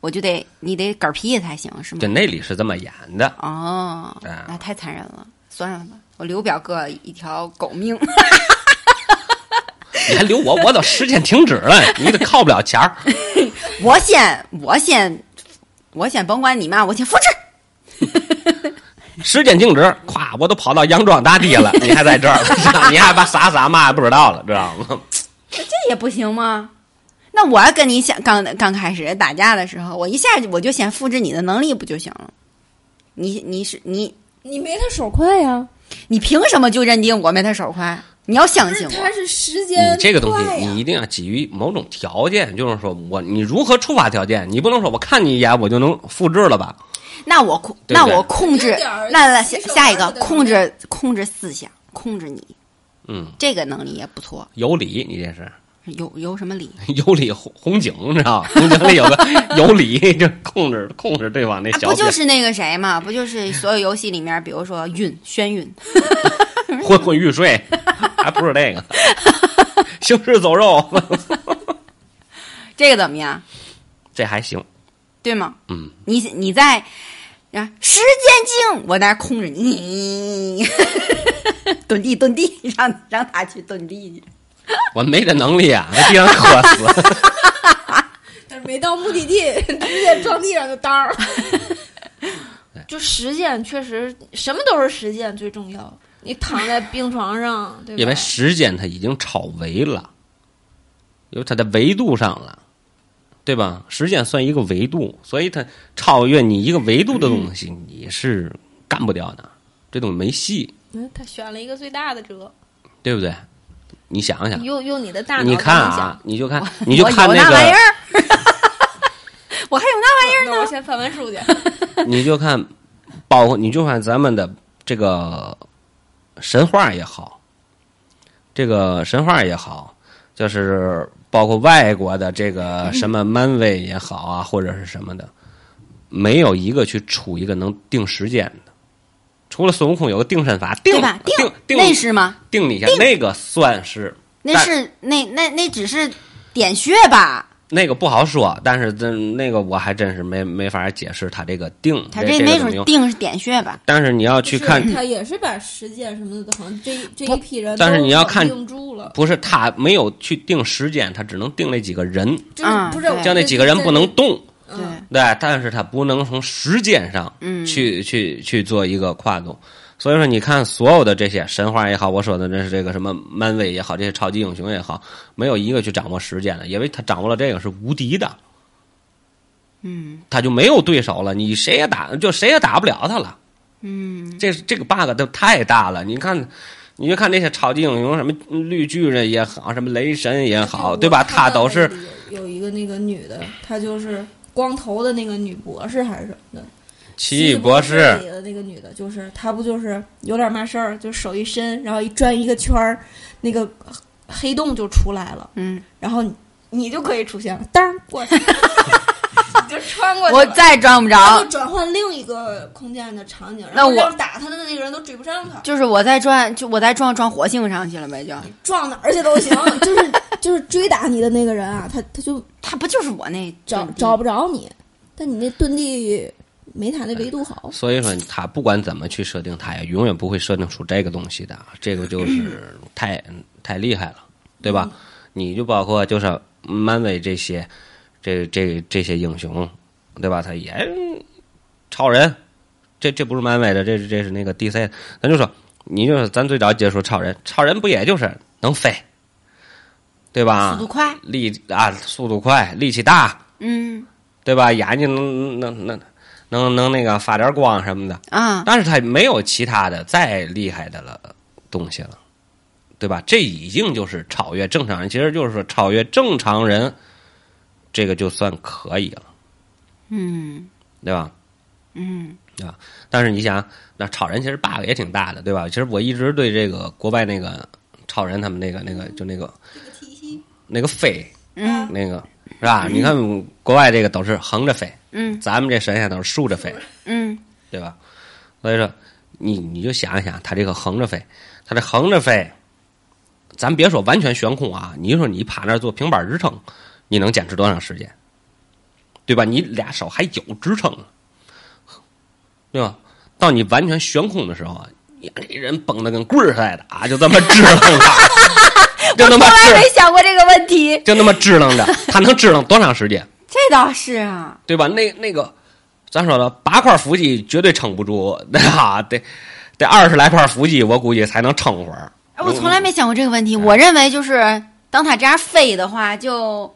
Speaker 2: 我就得你得嗝屁才行，是吗
Speaker 1: 就？那里是这么演的，
Speaker 2: 哦，
Speaker 1: 啊
Speaker 2: 那太残忍了，算了吧，我留表哥一条狗命。
Speaker 1: 你还留我，我都时间停止了，你都靠不了钱儿。
Speaker 2: 我先，我先，我先甭管你嘛，我先复制。
Speaker 1: 时间静止，咵，我都跑到洋庄大地了，你还在这儿，知 道你还把傻傻嘛也不知道了，知道吗？
Speaker 2: 这也不行吗？那我要跟你想刚刚开始打架的时候，我一下就我就先复制你的能力不就行了？你你是你
Speaker 4: 你没他手，
Speaker 3: 快呀！
Speaker 2: 你凭什么就认定我没他手快？你要相
Speaker 4: 不是
Speaker 2: 信
Speaker 4: 他
Speaker 2: 我，
Speaker 4: 是时间
Speaker 1: 你这个东西
Speaker 4: 快，呀
Speaker 1: 你一定要基于某种条件，就是说我你如何触发条件，你不能说我看你一眼我就能复制了吧？
Speaker 2: 那我控
Speaker 1: 对不
Speaker 2: 那
Speaker 1: 对
Speaker 2: 我控制
Speaker 4: 有点儿
Speaker 2: 那那下
Speaker 4: 洗手
Speaker 2: 下一个
Speaker 4: 盘子的
Speaker 2: 控制控制思想，控制你
Speaker 1: 嗯，
Speaker 2: 这个能力也不错，
Speaker 1: 有理，你这是
Speaker 2: 有有什么理？
Speaker 1: 有理红红警，你知道吗？
Speaker 2: 哦
Speaker 1: 红警里有个 有理，就控制控制对方那
Speaker 2: 啊，
Speaker 1: 小
Speaker 2: 不
Speaker 1: 姐、
Speaker 2: 就是那个谁嘛？不就是所有游戏里面，比如说晕眩晕，
Speaker 1: 昏昏欲睡，还不是那个，行尸走肉，
Speaker 2: 这个怎么样？
Speaker 1: 这还行，
Speaker 2: 对吗？
Speaker 1: 嗯，
Speaker 2: 你你在啊，时间静，我在那儿控制你， 蹲地蹲地，让让他去蹲地去。
Speaker 1: 我没这能力啊，在地上渴死。
Speaker 4: 但是没到目的地， 直接撞地上就 当儿。就实践确实什么都是实践最重要。你躺在病床上，对吧？
Speaker 1: 因为时间它已经超维了，因为它在维度上了，对吧？时间算一个维度，所以它超越你一个维度的东西，
Speaker 2: 嗯
Speaker 1: 你是干不掉的，这东西没戏，
Speaker 4: 嗯他选了一个最大的辙，
Speaker 1: 对不对？你想想，
Speaker 4: 用用你的大脑
Speaker 1: 啊你看
Speaker 4: 才能
Speaker 1: 啊
Speaker 4: 想，，
Speaker 1: 你就看，你就
Speaker 2: 我
Speaker 1: 看
Speaker 2: 有那玩意
Speaker 1: 个，
Speaker 2: 儿， 我还有
Speaker 1: 哎
Speaker 2: 那玩意儿呢。
Speaker 4: 那我先翻翻书去。
Speaker 1: 你就看，包括你就看咱们的这个神话也好，这个神话也好，就是包括外国的这个什么漫威也好啊，或者是什么的，没有一个去出一个能定时间的，除了孙悟空有个定身法，定
Speaker 2: 对吧？
Speaker 1: 定定
Speaker 2: 那是吗？
Speaker 1: 定你一下，那个算是
Speaker 2: 那
Speaker 1: 但
Speaker 2: 是那那那只是点穴吧？
Speaker 1: 那个不好说，但是这那个我还真是没没法解释他这个定，
Speaker 2: 他
Speaker 1: 这
Speaker 2: 没
Speaker 1: 个怎么
Speaker 2: 准
Speaker 1: 用。
Speaker 2: 定是点穴吧？
Speaker 1: 但是你要 去看
Speaker 4: 就是他也是把实践什么的都，好像这一这
Speaker 1: 不
Speaker 4: 一批人，
Speaker 1: 但是你要看
Speaker 4: 定住了，
Speaker 1: 不是他没有去定时间，他只能定那几个人，
Speaker 4: 就是
Speaker 2: 嗯
Speaker 4: 不是嗯
Speaker 2: 对
Speaker 1: 叫那几个人不能动，
Speaker 4: 对
Speaker 2: 对，
Speaker 1: 对，但是他不能从时间上
Speaker 2: 嗯
Speaker 1: 去、去去做一个跨度。所以说，你看所有的这些神话也好，我说的这是这个什么漫威也好，这些超级英雄也好，没有一个去掌握时间的，因为他掌握了这个是无敌的，
Speaker 2: 嗯
Speaker 1: 他就没有对手了，你谁也打就谁也打不了他了。
Speaker 2: 嗯，
Speaker 1: 这这个 bug 都太大了。你看，你就看那些超级英雄，什么绿巨人也好，什么雷神也
Speaker 4: 哎
Speaker 1: 好，对吧？他都是
Speaker 4: 有一个那个女的，她就是光头的那个女博士还是什么的，
Speaker 1: 奇异博士
Speaker 4: 里的那个女的，就是她不就是有点嘛事儿，就手一伸，然后一转一个圈儿，那个黑洞就出来了，
Speaker 2: 嗯，
Speaker 4: 然后你你就可以出现了，当过去， 你就穿过去
Speaker 2: 我
Speaker 4: 了。
Speaker 2: 再装不
Speaker 4: 然后
Speaker 2: 着，
Speaker 4: 转换另一个空间的场景，
Speaker 2: 那
Speaker 4: 然后
Speaker 2: 我
Speaker 4: 让打他的那个人都追不上他，
Speaker 2: 就是我再撞，就我再撞撞火星上去了呗，就
Speaker 4: 撞哪儿去都 行。
Speaker 3: 就是就是追打你的那个人啊，他他就
Speaker 2: 他不就是我那
Speaker 4: 嗯
Speaker 3: 找
Speaker 2: 种地
Speaker 3: 找不着你，但你那遁地没他那维度 好。
Speaker 1: 所以说，他不管怎么去设定，他也永远不会设定出这个东西的。这个就是太太厉害了，对
Speaker 2: 嗯
Speaker 1: 吧？你就包括就是漫威这些，这这这些英雄，对吧？他也超人，这这不是漫威的，这是这是那个 DC。咱就说，你就是咱最早接触超人，超人不也就是能飞，对吧？
Speaker 2: 速度快，
Speaker 1: 力啊，速度快，力气大，
Speaker 2: 嗯
Speaker 1: 对吧？眼睛能能能能能那个发点光什么的，
Speaker 2: 啊，
Speaker 1: 但是他没有其他的再厉害的了东西了，对吧？这已经就是超越正常人，其实就是说超越正常人，这个就算可以了，
Speaker 2: 嗯
Speaker 1: 对吧？
Speaker 2: 嗯，
Speaker 1: 但是你想，那超人其实 bug 也挺大的，对吧？其实我一直对这个国外那个超人他们那个那个就那个那个飞，
Speaker 2: 嗯，
Speaker 1: 那个是吧？你看国外这个都是横着飞，
Speaker 2: 嗯
Speaker 1: 咱们这神仙都是竖着飞，
Speaker 2: 嗯
Speaker 1: 对吧？所以说，你你就想一想，他这个横着飞，他这横着飞，咱别说完全悬空啊，你说你趴那儿做平板支撑，你能坚持多长时间？对吧？你俩手还有支撑呢，对吧？到你完全悬空的时候啊，你这人绷得跟棍儿似的啊，就这么支棱着， 就那么
Speaker 2: 从来没
Speaker 1: 支，
Speaker 2: 想过这个问题，
Speaker 1: 就那么支棱着，他能支棱多长时间？
Speaker 2: 这倒是啊，
Speaker 1: 对吧？那那个，咱说了，八块腹肌绝对撑不住， 啊，得得二十来块腹肌，我估计才能撑会儿。嗯
Speaker 2: 哎我从来没想过这个问题。我认为就是当他这样飞的话，就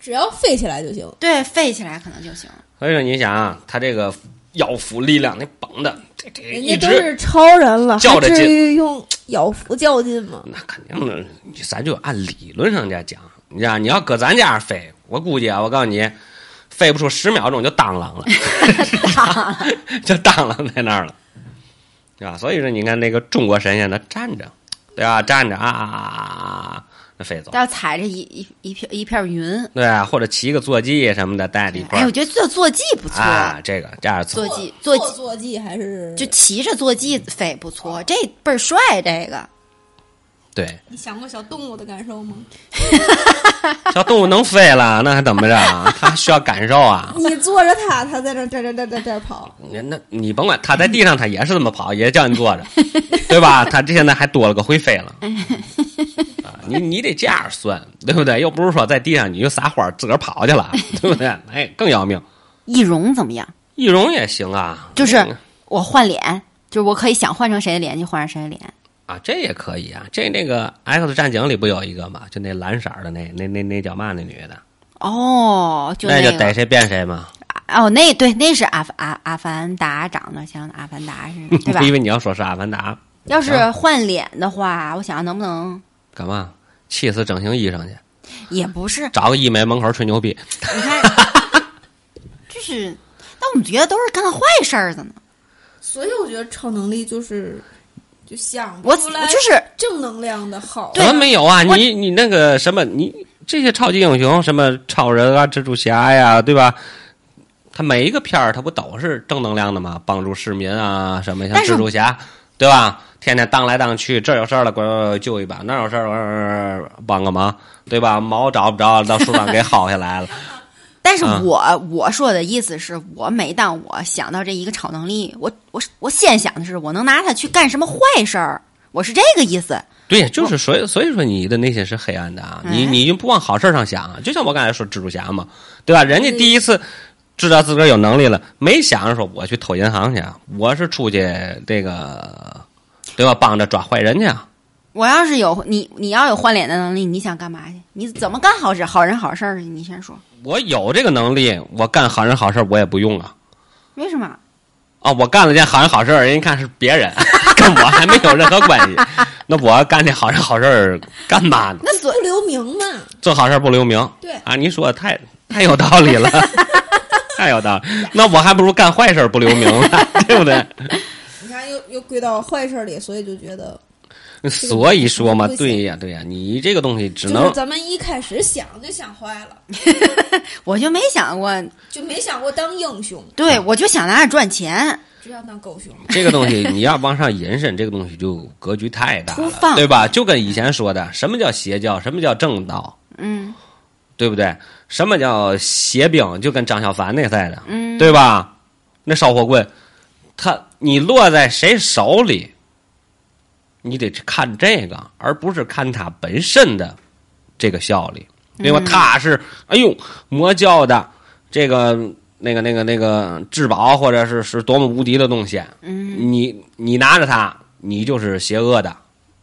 Speaker 3: 只要飞起来就行。
Speaker 2: 对飞起来可能就行。
Speaker 1: 所以说，你想啊，他这个腰腹力量那绑的，这这
Speaker 3: 人
Speaker 1: 一
Speaker 3: 家都
Speaker 1: 直
Speaker 3: 是超人了，
Speaker 1: 较
Speaker 3: 还
Speaker 1: 着
Speaker 3: 至
Speaker 1: 劲
Speaker 3: 于用咬服较劲吗？
Speaker 1: 那肯定的，你咱就按理论上家讲，你知道，你要搁咱家飞，我估计啊，我告诉你，飞不出十秒钟就当啷了，就当啷在那儿了，对吧？所以说，你看那个中国神仙，他站着，对吧？站着啊啊啊啊啊，那飞走。
Speaker 2: 要踩着一一一片一片云。
Speaker 1: 对啊，或者骑个坐骑什么的带着一块
Speaker 2: 哎，我
Speaker 1: 儿、
Speaker 2: 觉得坐坐骑不错，
Speaker 1: 啊，这个这样
Speaker 2: 坐
Speaker 1: 做
Speaker 2: 骑 坐
Speaker 3: 做
Speaker 2: 骑
Speaker 3: 坐骑还是
Speaker 2: 啊就骑着坐骑飞不错，这倍儿帅。这个
Speaker 1: 对，
Speaker 4: 你想过小动物的感受吗？
Speaker 1: 小动物能飞了，那还怎么着啊？它还需要感受啊？
Speaker 3: 你坐着它，它在那儿这这这这这跑，
Speaker 1: 你那你甭管，它在地上它也是这么跑，也叫你坐着，对吧？它这现在还多了个会飞了，
Speaker 2: 哎
Speaker 1: 啊，你你得这样算，对不对？又不是说在地上你就撒欢儿自个儿跑去了，对不对？哎，更要命。
Speaker 2: 易容怎么样？
Speaker 1: 易容也行啊，
Speaker 2: 就是我换脸，就是我可以想换成谁的脸就换成谁的脸。
Speaker 1: 啊，这也可以啊。这那个《X 战警》里不有一个嘛，就那蓝色儿的那那那那叫嘛那女的，
Speaker 2: 哦，就
Speaker 1: 那
Speaker 2: 个
Speaker 1: 就逮谁变谁嘛。
Speaker 2: 哦，那对，那是阿阿阿凡达长得像阿凡达似的，对吧
Speaker 1: 我？以 为你要说是阿凡达，啊
Speaker 2: 要
Speaker 4: 啊
Speaker 2: 是换脸的话，我想能不能
Speaker 1: 干嘛？气死整形医生去，
Speaker 2: 也不是，
Speaker 1: 找个医美门口吹牛逼。
Speaker 2: 你 看，就是，但我们觉得都是干坏事儿的呢。
Speaker 4: 所以我觉得超能力就是就想不
Speaker 2: 我
Speaker 4: 出
Speaker 2: 我
Speaker 4: 来
Speaker 2: 就是
Speaker 4: 正能量的好。
Speaker 1: 怎么没有啊？你你那个什么，你这些超级英雄，什么超人啊、蜘蛛侠呀，对吧？他每一个片儿，他不都是正能量的吗？帮助市民啊，什么像
Speaker 2: 但是
Speaker 1: 蜘蛛侠，对吧？天天荡来荡去，这有事儿了，滚救一把；那有事儿呃，帮个忙，对吧？毛找不着了，到树上给薅下来了。
Speaker 2: 但是
Speaker 1: 啊
Speaker 2: 我、我说的意思是我每当我想到这一个超能力，我我我先想的是我能拿它去干什么坏事儿，我是这个意思。
Speaker 1: 对，就是所以所以说你的内心是黑暗的啊，你
Speaker 2: 哎
Speaker 1: 你就不往好事儿上想啊，就像我刚才说蜘蛛侠嘛，对吧？人家第一次知道自个儿有能力了，没想着说我去偷银行去啊，我是出去这个对吧，帮着抓坏人去啊，
Speaker 2: 我要是有你，你要有换脸的能力，你想干嘛去？你怎么干好事、好人、好事儿去？你先说，
Speaker 1: 我有这个能力，我干好人好事儿我也不用啊。
Speaker 2: 为什么？
Speaker 1: 啊，我干了件好人好事儿，人家看是别人， 跟我还没有任何关系。 那我干这好人好事儿干嘛呢？
Speaker 3: 那不留名嘛？
Speaker 1: 做好事儿不留名。
Speaker 3: 对
Speaker 1: 啊，你说的太太有道理了，太有道理。那我还不如干坏事儿不留名呢，对不对？
Speaker 3: 你看又又归到坏事儿里，所以就觉得
Speaker 1: 所以说嘛，
Speaker 3: 对
Speaker 1: 对呀，对呀，你这个东西只
Speaker 4: 就
Speaker 1: 能
Speaker 4: 是咱们一开始想就想坏了，
Speaker 2: 我就没想过，
Speaker 4: 就没想过当英雄，
Speaker 2: 对我就想拿着赚钱。
Speaker 4: 只想当狗熊。
Speaker 1: 这个东西你要往上引申，这个东西就格局太大
Speaker 2: 粗
Speaker 1: 了，
Speaker 2: 放
Speaker 1: 对吧？就跟以前说的，什么叫邪教，什么叫正道，
Speaker 2: 嗯
Speaker 1: 对不对？什么叫邪兵，就跟张小凡那似的，
Speaker 2: 嗯，
Speaker 1: 对吧？那烧火棍，他你落在谁手里，你得去看这个，而不是看他本身的这个效力。另
Speaker 2: 嗯
Speaker 1: 外，他是哎呦魔教的这个那个那个那个至宝，或者是是多么无敌的东西，
Speaker 2: 嗯
Speaker 1: 你你拿着它，你就是邪恶的，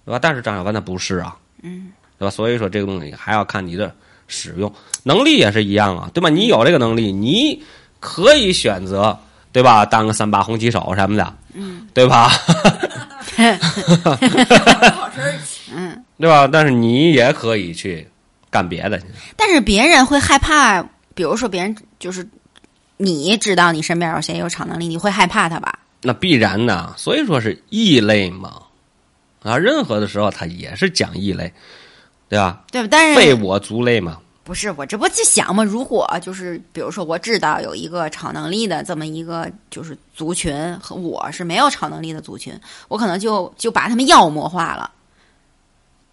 Speaker 1: 对吧？但是张小凡他不是啊，
Speaker 2: 嗯，
Speaker 1: 对吧？所以说这个东西还要看你的使用能力也是一样啊，对吧？你有这个能力，你可以选择，对吧？当个三八红旗手什么的，嗯，对吧？
Speaker 4: 好事儿
Speaker 2: 嗯。
Speaker 1: 对吧？但是你也可以去干别的去，
Speaker 2: 但是别人会害怕，比如说别人就是你知道你身边有谁有超能力，你会害怕他吧？
Speaker 1: 那必然的。所以说是异类嘛，啊，任何的时候它也是讲异类，对吧？
Speaker 2: 对吧？但
Speaker 1: 非
Speaker 2: 是
Speaker 1: 我族类嘛，
Speaker 2: 不是我这不就想嘛？如果就是比如说我知道有一个超能力的这么一个就是族群，和我是没有超能力的族群，我可能就就把他们妖魔化了。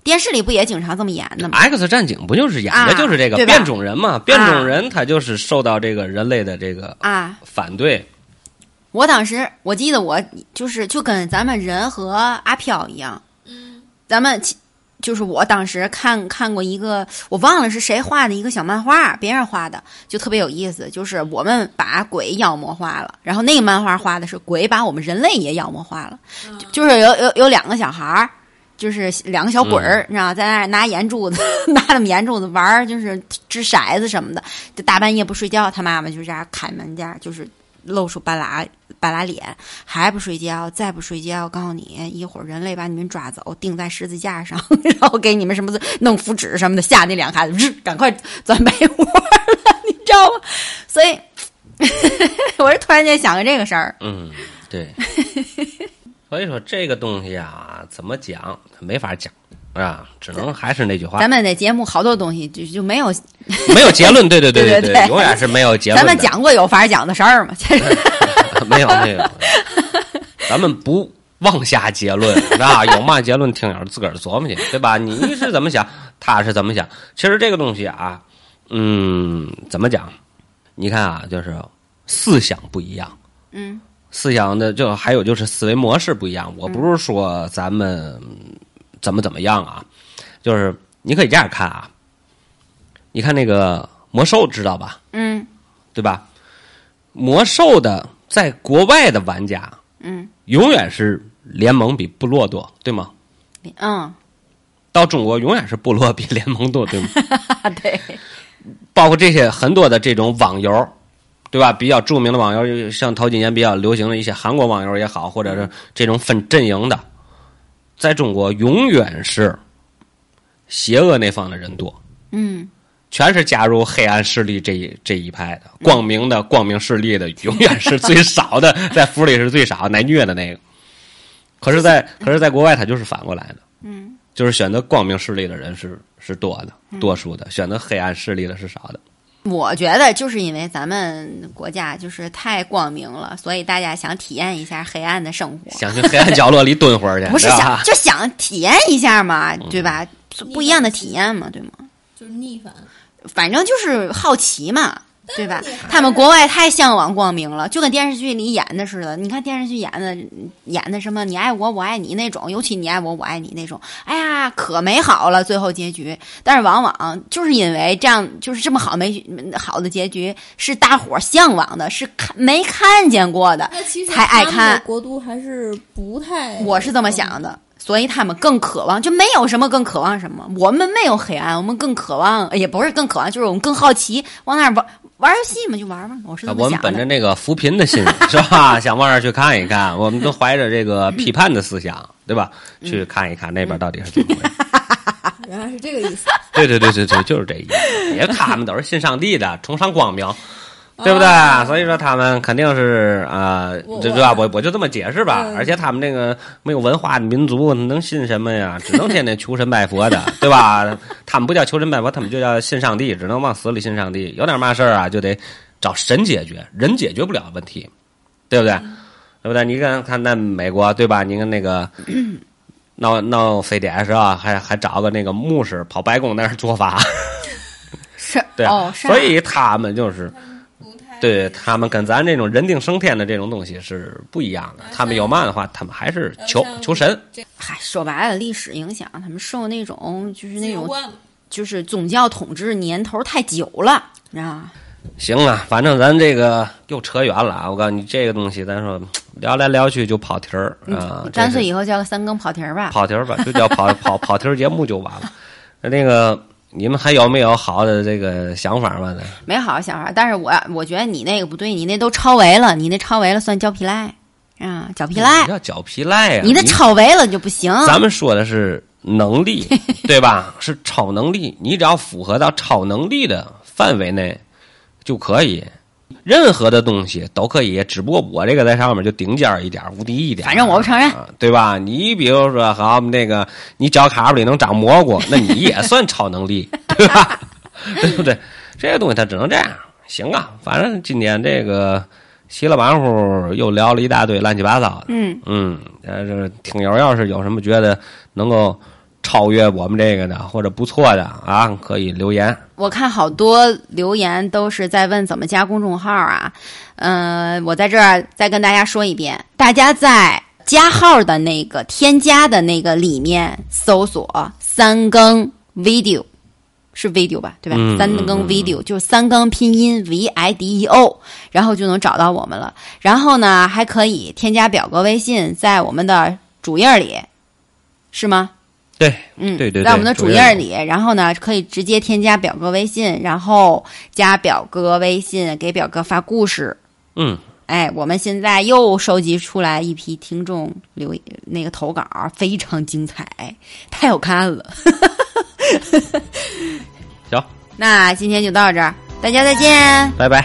Speaker 2: 电视里不也经常这么演的吗？
Speaker 1: X 战警不就是演的
Speaker 2: 啊
Speaker 1: 就是这个
Speaker 2: 对吧
Speaker 1: 变种人嘛？变种人他就是受到这个人类的这个
Speaker 2: 啊，
Speaker 1: 反对，
Speaker 2: 我当时我记得我就是就跟咱们人和阿飘一样，
Speaker 4: 嗯，
Speaker 2: 咱们其就是我当时看看过一个，我忘了是谁画的一个小漫画，别人画的，就特别有意思。就是我们把鬼妖魔化了，然后那个漫画画的是鬼把我们人类也妖魔化了，
Speaker 4: 啊
Speaker 2: 就就是有有有两个小孩儿。就是两个小鬼儿，你知道，在那儿拿盐珠子， 拿他们盐珠子玩儿，就是掷骰子什么的。就大半夜不睡觉，他妈妈就这样开门这样，就是露出半拉半拉脸，还不睡觉，再不睡觉，我告诉你，一会儿人类把你们抓走，钉在十字架上， 然后给你们什么弄符纸什么的，吓那两个孩子，日赶快钻被窝了， 你知道吗？所以， 我是突然间想个这个事儿，
Speaker 1: 嗯，对。 所以说这个东西啊，怎么讲没法讲啊，只能还是那句话
Speaker 2: 咱，们的节目好多东西就就没有，
Speaker 1: 没有结论。对对对
Speaker 2: 对对
Speaker 1: 对，
Speaker 2: 对
Speaker 1: 永远是没有结论
Speaker 2: 咱
Speaker 1: 的。
Speaker 2: 们 讲过有法讲的事儿嘛，这是
Speaker 1: 没有没有，咱们不妄下结论，啊，有嘛结论，听友自个儿琢磨去，对吧？你是怎么想，他是怎么想？其实这个东西啊，嗯，怎么讲？你看啊，就是思想不一样，
Speaker 2: 嗯，
Speaker 1: 思想的就还有就是思维模式不一样。我不是说咱们怎么怎么样啊，就是你可以这样看啊，你看那个魔兽知道吧？
Speaker 2: 嗯
Speaker 1: 对吧？魔兽的在国外的玩家
Speaker 2: 嗯
Speaker 1: 永远是联盟比部落多，对吗？
Speaker 2: 嗯，
Speaker 1: 到中国永远是部落比联盟多，对吗？
Speaker 2: 啊对，
Speaker 1: 包括这些很多的这种网游，对吧？比较著名的网游，像头几年比较流行的一些韩国网游也好，或者是这种分阵营的，在中国永远是邪恶那方的人多，
Speaker 2: 嗯
Speaker 1: 全是加入黑暗势力这一这一派的，光明的光明势力的永远是最少 的，在服里是最少来虐的那个。可是在，可是，在国外他就是反过来的，
Speaker 2: 嗯
Speaker 1: 就是选择光明势力的人是是多的，多数的；选择黑暗势力的是少的。
Speaker 2: 我觉得就是因为咱们国家就是太光明了，所以大家想体验一下黑暗的生活，
Speaker 1: 想去黑暗角落里蹲会儿去，
Speaker 2: 不是
Speaker 1: 吧
Speaker 2: 想就想体验一下嘛，对吧？不一样的体验嘛，对吗？
Speaker 4: 就是逆反。
Speaker 2: 反正就是好奇嘛，对吧
Speaker 4: 你还？
Speaker 2: 他们国外太向往光明了，就跟电视剧里演的似的。你看电视剧演的演的什么“你爱我，我爱你”那种，尤其“你爱我，我爱你”那种，哎呀，可美好了，最后结局。但是往往就是因为这样，就是这么好没好的结局，是大伙儿向往的，是看没看见过的，
Speaker 4: 那其实
Speaker 2: 才爱
Speaker 4: 他们
Speaker 2: 看
Speaker 4: 的国度还是不太，
Speaker 2: 我是这么想的，所以他们更渴望，就没有什么更渴望什么。我们没有黑暗，我们更渴望，呃也不是更渴望，就是我们更好奇，往那儿玩玩游戏嘛，就玩嘛。我是这
Speaker 1: 啊
Speaker 2: 么
Speaker 1: 我们
Speaker 2: 想
Speaker 1: 本着
Speaker 2: 的。
Speaker 1: 那个扶贫的心理 是吧，想往那儿去看一看，我们都怀着这个批判的思想，对吧？
Speaker 2: 嗯
Speaker 1: 去看一看那边到底是怎么回事。
Speaker 3: 原来是这个意思。
Speaker 1: 对对对对对，就是这意思。因为他们都是信上帝的，崇尚光
Speaker 3: 啊
Speaker 1: 明，对不对？所以说他们肯定是啊，
Speaker 3: 我
Speaker 1: 对、
Speaker 3: 我
Speaker 1: 对吧？我我就这么解释吧。
Speaker 3: 嗯
Speaker 1: 而且他们这个没有文化的民族能信什么 呀？只能天天求神拜佛的，对吧？他们不叫求神拜佛，他们就叫信上帝，只能往死里信上帝。有点嘛事儿啊，就得找神解决，人解决不了问题，对不对？
Speaker 3: 嗯
Speaker 1: 对不对？你看看那美国，对吧？你看那个。闹闹非典是吧？啊还还找个那个牧师跑白宫那儿做法，
Speaker 2: 是
Speaker 1: 对啊、
Speaker 2: 哦，是啊
Speaker 1: 所以他们就是
Speaker 4: 不太
Speaker 1: 对他们跟咱这种人定胜天的这种东西是不一样的。
Speaker 2: 啊
Speaker 1: 他们有嘛的话，他们还是求
Speaker 4: 像
Speaker 1: 求神。
Speaker 2: 嗨，说白了，历史影响，他们受那种就是那种
Speaker 4: 惯
Speaker 2: 就是宗教统治年头太久了，啊你知道吗？
Speaker 1: 行啊，反正咱这个又扯远了啊！我告诉你，这个东西咱说聊来聊去就跑题儿
Speaker 2: 嗯
Speaker 1: 啊，
Speaker 2: 干
Speaker 1: 这
Speaker 2: 脆
Speaker 1: 是
Speaker 2: 以后叫个三更跑题儿吧。
Speaker 1: 跑题儿吧，就叫跑跑跑题儿节目就完了。 那个你们还有没有好的这个想法吗？
Speaker 2: 没好好想法，但是我我觉得你那个不对，你那都超维了，你那超维了算胶皮赖啊，脚皮赖
Speaker 1: 你，叫脚皮赖呀、
Speaker 2: 你那超维了你就不行。
Speaker 1: 嗯咱们说的是能 力，对吧？是超能力，你只要符合到超能力的范围内就可以。任何的东西都可以，只不过我这个在上面就顶尖儿一点儿，无敌一点儿。
Speaker 2: 反正我不承认
Speaker 1: 啊对吧？你比如说，好那个，你脚卡布里能长蘑菇，那 你也算超能力，对吧？ 对不对？这个东西它只能这样。行啊，反正今天这个稀了马虎又聊了一大堆乱七八糟的。
Speaker 2: 嗯。
Speaker 1: 嗯，呃，这听友要是有什么觉得能够超越我们这个的或者不错的啊，可以留言。
Speaker 2: 我看好多留言都是在问怎么加公众号啊，嗯、我在这儿再跟大家说一遍，大家在加号的那个添加的那个里面搜索“三更 video”，是 video 吧？对吧？
Speaker 1: 嗯
Speaker 2: 三
Speaker 1: 嗯嗯
Speaker 2: 更 video 就是三更拼音 v i d e o，然后就能找到我们了。然后呢，还可以添加表格微信，在我们的主页里，是吗？
Speaker 1: 对，
Speaker 2: 嗯，
Speaker 1: 对对对
Speaker 2: 在我们的主
Speaker 1: 主页
Speaker 2: 页里，然后呢，可以直接添加表哥微信，然后加表哥微信给表哥发故事。
Speaker 1: 嗯，
Speaker 2: 哎，我们现在又收集出来一批听众留那个投稿，非常精彩，太好看了。
Speaker 1: 行，
Speaker 2: 那今天就到这儿，大家再见。
Speaker 1: 拜拜。